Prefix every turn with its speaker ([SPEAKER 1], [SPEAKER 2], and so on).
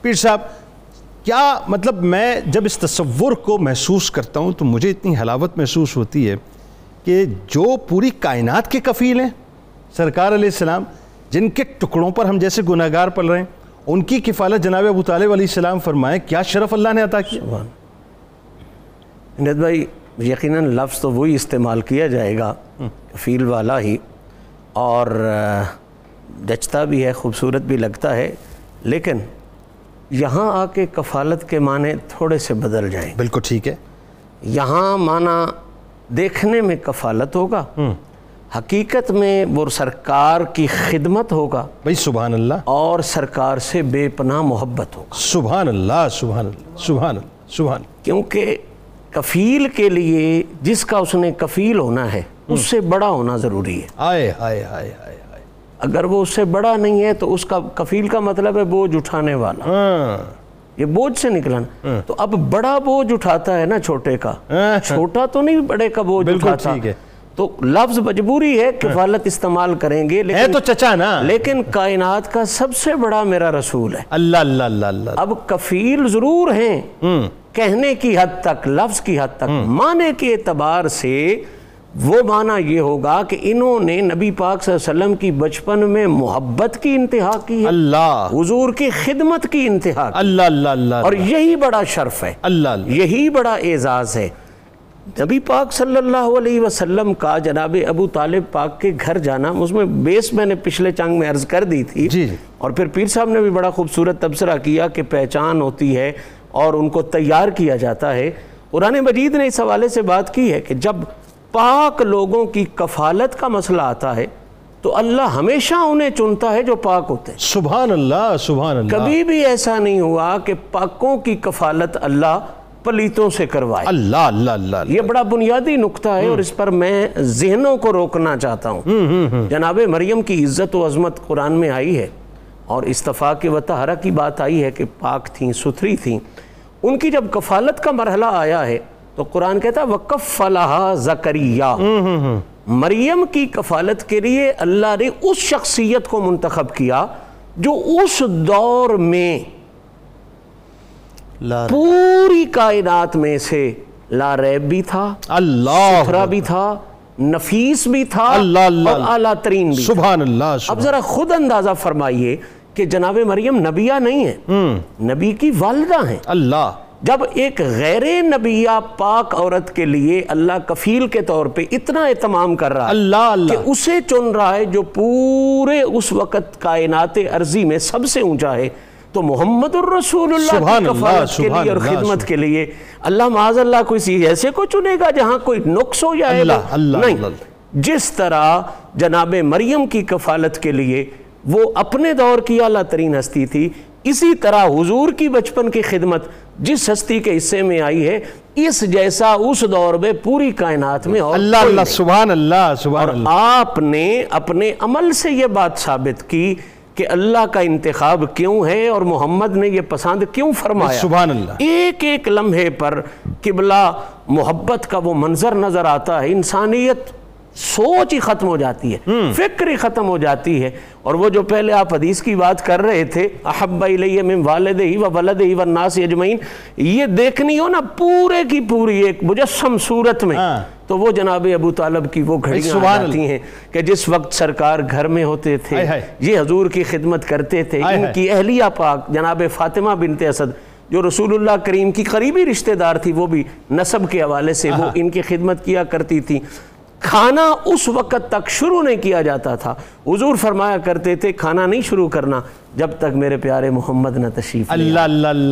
[SPEAKER 1] پیر صاحب کیا مطلب میں جب اس تصور کو محسوس کرتا ہوں تو مجھے اتنی حلاوت محسوس ہوتی ہے کہ جو پوری کائنات کے کفیل ہیں سرکار علیہ السلام جن کے ٹکڑوں پر ہم جیسے گناہ گار پل رہے ہیں ان کی کفالت جناب ابو طالب علیہ السلام فرمائے کیا شرف اللہ نے عطا کیا
[SPEAKER 2] ندت بھائی یقیناً لفظ تو وہی استعمال کیا جائے گا فیل والا ہی اور جچتا بھی ہے خوبصورت بھی لگتا ہے لیکن یہاں آ کے کفالت کے معنی تھوڑے سے بدل جائیں
[SPEAKER 1] بالکل ٹھیک ہے
[SPEAKER 2] یہاں معنی دیکھنے میں کفالت ہوگا حقیقت میں وہ سرکار کی خدمت ہوگا
[SPEAKER 1] بھائی سبحان اللہ
[SPEAKER 2] اور سرکار سے بے پناہ محبت ہوگا
[SPEAKER 1] سبحان اللہ سبحان اللہ سبحان اللہ سبحان
[SPEAKER 2] کیونکہ کفیل کے لیے جس کا اس نے کفیل ہونا ہے اس سے بڑا ہونا ضروری ہے
[SPEAKER 1] آئے آئے آئے آئے آئے
[SPEAKER 2] اگر وہ اس سے بڑا نہیں ہے تو اس کا کفیل کا مطلب ہے بوجھ اٹھانے والا
[SPEAKER 1] ہاں
[SPEAKER 2] یہ بوجھ سے نکلنا تو اب بڑا بوجھ اٹھاتا ہے نا چھوٹے کا
[SPEAKER 1] ہاں۔
[SPEAKER 2] چھوٹا تو نہیں بڑے کا بوجھ
[SPEAKER 1] بالکل
[SPEAKER 2] اٹھاتا
[SPEAKER 1] ٹھیک ہے۔ ہاں۔
[SPEAKER 2] تو لفظ مجبوری ہے کفالت استعمال کریں گے
[SPEAKER 1] ہے تو
[SPEAKER 2] لیکن
[SPEAKER 1] چچا نا
[SPEAKER 2] لیکن کائنات کا سب سے بڑا میرا رسول ہے
[SPEAKER 1] اللہ اللہ اللہ اللہ
[SPEAKER 2] اب کفیل ضرور ہیں کہنے کی حد تک لفظ کی حد تک معنی کے اعتبار سے وہ معنی یہ ہوگا کہ انہوں نے نبی پاک صلی اللہ علیہ وسلم کی بچپن میں محبت کی انتہا کی ہے
[SPEAKER 1] اللہ
[SPEAKER 2] حضور کی خدمت کی انتہا کی
[SPEAKER 1] اللہ اللہ اللہ
[SPEAKER 2] اور یہی بڑا شرف ہے
[SPEAKER 1] اللہ اللہ
[SPEAKER 2] یہی بڑا اعزاز ہے نبی پاک صلی اللہ علیہ وسلم کا جناب ابو طالب پاک کے گھر جانا اس میں بیس میں نے پچھلے چنگ میں عرض کر دی تھی
[SPEAKER 1] جی جی
[SPEAKER 2] اور پھر پیر صاحب نے بھی بڑا خوبصورت تبصرہ کیا کہ پہچان ہوتی ہے اور ان کو تیار کیا جاتا ہے قرآن مجید نے اس حوالے سے بات کی ہے کہ جب پاک لوگوں کی کفالت کا مسئلہ آتا ہے تو اللہ ہمیشہ انہیں چنتا ہے جو پاک ہوتے ہیں
[SPEAKER 1] سبحان اللہ سبحان اللہ
[SPEAKER 2] کبھی بھی ایسا نہیں ہوا کہ پاکوں کی کفالت اللہ پلیتوں سے کروائے
[SPEAKER 1] اللہ اللہ اللہ اللہ
[SPEAKER 2] یہ بڑا بنیادی نقطہ ہے اور اس پر میں ذہنوں کو روکنا چاہتا ہوں جناب مریم کی عزت و عظمت قرآن میں آئی ہے اور استفاع کے وطہرہ کی بات آئی ہے کہ پاک تھیں ستھری تھیں ان کی جب کفالت کا مرحلہ آیا ہے تو قرآن کہتا ہے وقف فلاح زکریہ مریم کی کفالت کے لیے اللہ نے اس شخصیت کو منتخب کیا جو اس دور میں پوری کائنات میں سے لا ریب بھی تھا
[SPEAKER 1] اللہ
[SPEAKER 2] ستھرا بھی تھا نفیس بھی تھا
[SPEAKER 1] اللہ اللہ
[SPEAKER 2] اور اعلیٰ ترین بھی تھا۔
[SPEAKER 1] سبحان اللہ
[SPEAKER 2] اب ذرا خود اندازہ فرمائیے کہ جناب مریم نبیہ نہیں ہیں نبی کی والدہ ہیں
[SPEAKER 1] اللہ
[SPEAKER 2] جب ایک غیر نبیہ پاک عورت کے لیے اللہ کفیل کے طور پہ اتنا اہتمام کر رہا ہے
[SPEAKER 1] اللہ
[SPEAKER 2] کہ
[SPEAKER 1] اللہ
[SPEAKER 2] اسے چن رہا ہے جو پورے اس وقت کائنات ارضی میں سب سے اونچا ہے تو محمد الرسول اللہ
[SPEAKER 1] سبحان
[SPEAKER 2] کی
[SPEAKER 1] اللہ،
[SPEAKER 2] کفالت کے
[SPEAKER 1] سبحان
[SPEAKER 2] لیے اور
[SPEAKER 1] اللہ،
[SPEAKER 2] خدمت
[SPEAKER 1] سبحان
[SPEAKER 2] کے لیے اللہ معاذ اللہ کو اسی ایسے کو چنے گا جہاں کوئی نقص ہو یا عیب ہو؟
[SPEAKER 1] اللہ، اللہ،
[SPEAKER 2] نہیں
[SPEAKER 1] اللہ۔
[SPEAKER 2] جس طرح جناب مریم کی کفالت کے لیے وہ اپنے دور کی اعلیٰ ترین ہستی تھی اسی طرح حضور کی بچپن کی خدمت جس ہستی کے حصے میں آئی ہے اس جیسا اس دور میں پوری کائنات میں اور
[SPEAKER 1] اللہ
[SPEAKER 2] کوئی
[SPEAKER 1] اللہ
[SPEAKER 2] نہیں۔
[SPEAKER 1] سبحان اللہ سبحان اللہ
[SPEAKER 2] آپ نے اپنے عمل سے یہ بات ثابت کی کہ اللہ کا انتخاب کیوں ہے اور محمد نے یہ پسند کیوں فرمایا
[SPEAKER 1] سبحان اللہ
[SPEAKER 2] ایک ایک لمحے پر قبلہ محبت کا وہ منظر نظر آتا ہے انسانیت سوچ ہی ختم ہو جاتی ہے فکر ہی ختم ہو جاتی ہے اور وہ جو پہلے آپ حدیث کی بات کر رہے تھے احب الیہ من والد ہی و ولد ہی و ناس اجمعین یہ دیکھنی ہو نا پورے کی پوری ایک مجسم صورت میں
[SPEAKER 1] ہاں۔
[SPEAKER 2] تو وہ جناب ابو طالب کی وہ گھڑیاں آ
[SPEAKER 1] سبحان
[SPEAKER 2] جاتی ہیں کہ جس وقت سرکار گھر میں ہوتے تھے
[SPEAKER 1] ہائے ہائے۔
[SPEAKER 2] یہ حضور کی خدمت کرتے تھے
[SPEAKER 1] ہائے
[SPEAKER 2] ان
[SPEAKER 1] ہائے۔
[SPEAKER 2] کی اہلیہ پاک جناب فاطمہ بنت اسد جو رسول اللہ کریم کی قریبی رشتہ دار تھی وہ بھی نسب کے حوالے سے وہ ان کی خدمت کیا کرتی تھی کھانا اس وقت تک شروع نہیں کیا جاتا تھا حضور فرمایا کرتے تھے کھانا نہیں شروع کرنا جب تک میرے پیارے محمد نہ تشریف لے آئیں۔
[SPEAKER 1] اللہ اللہ اللہ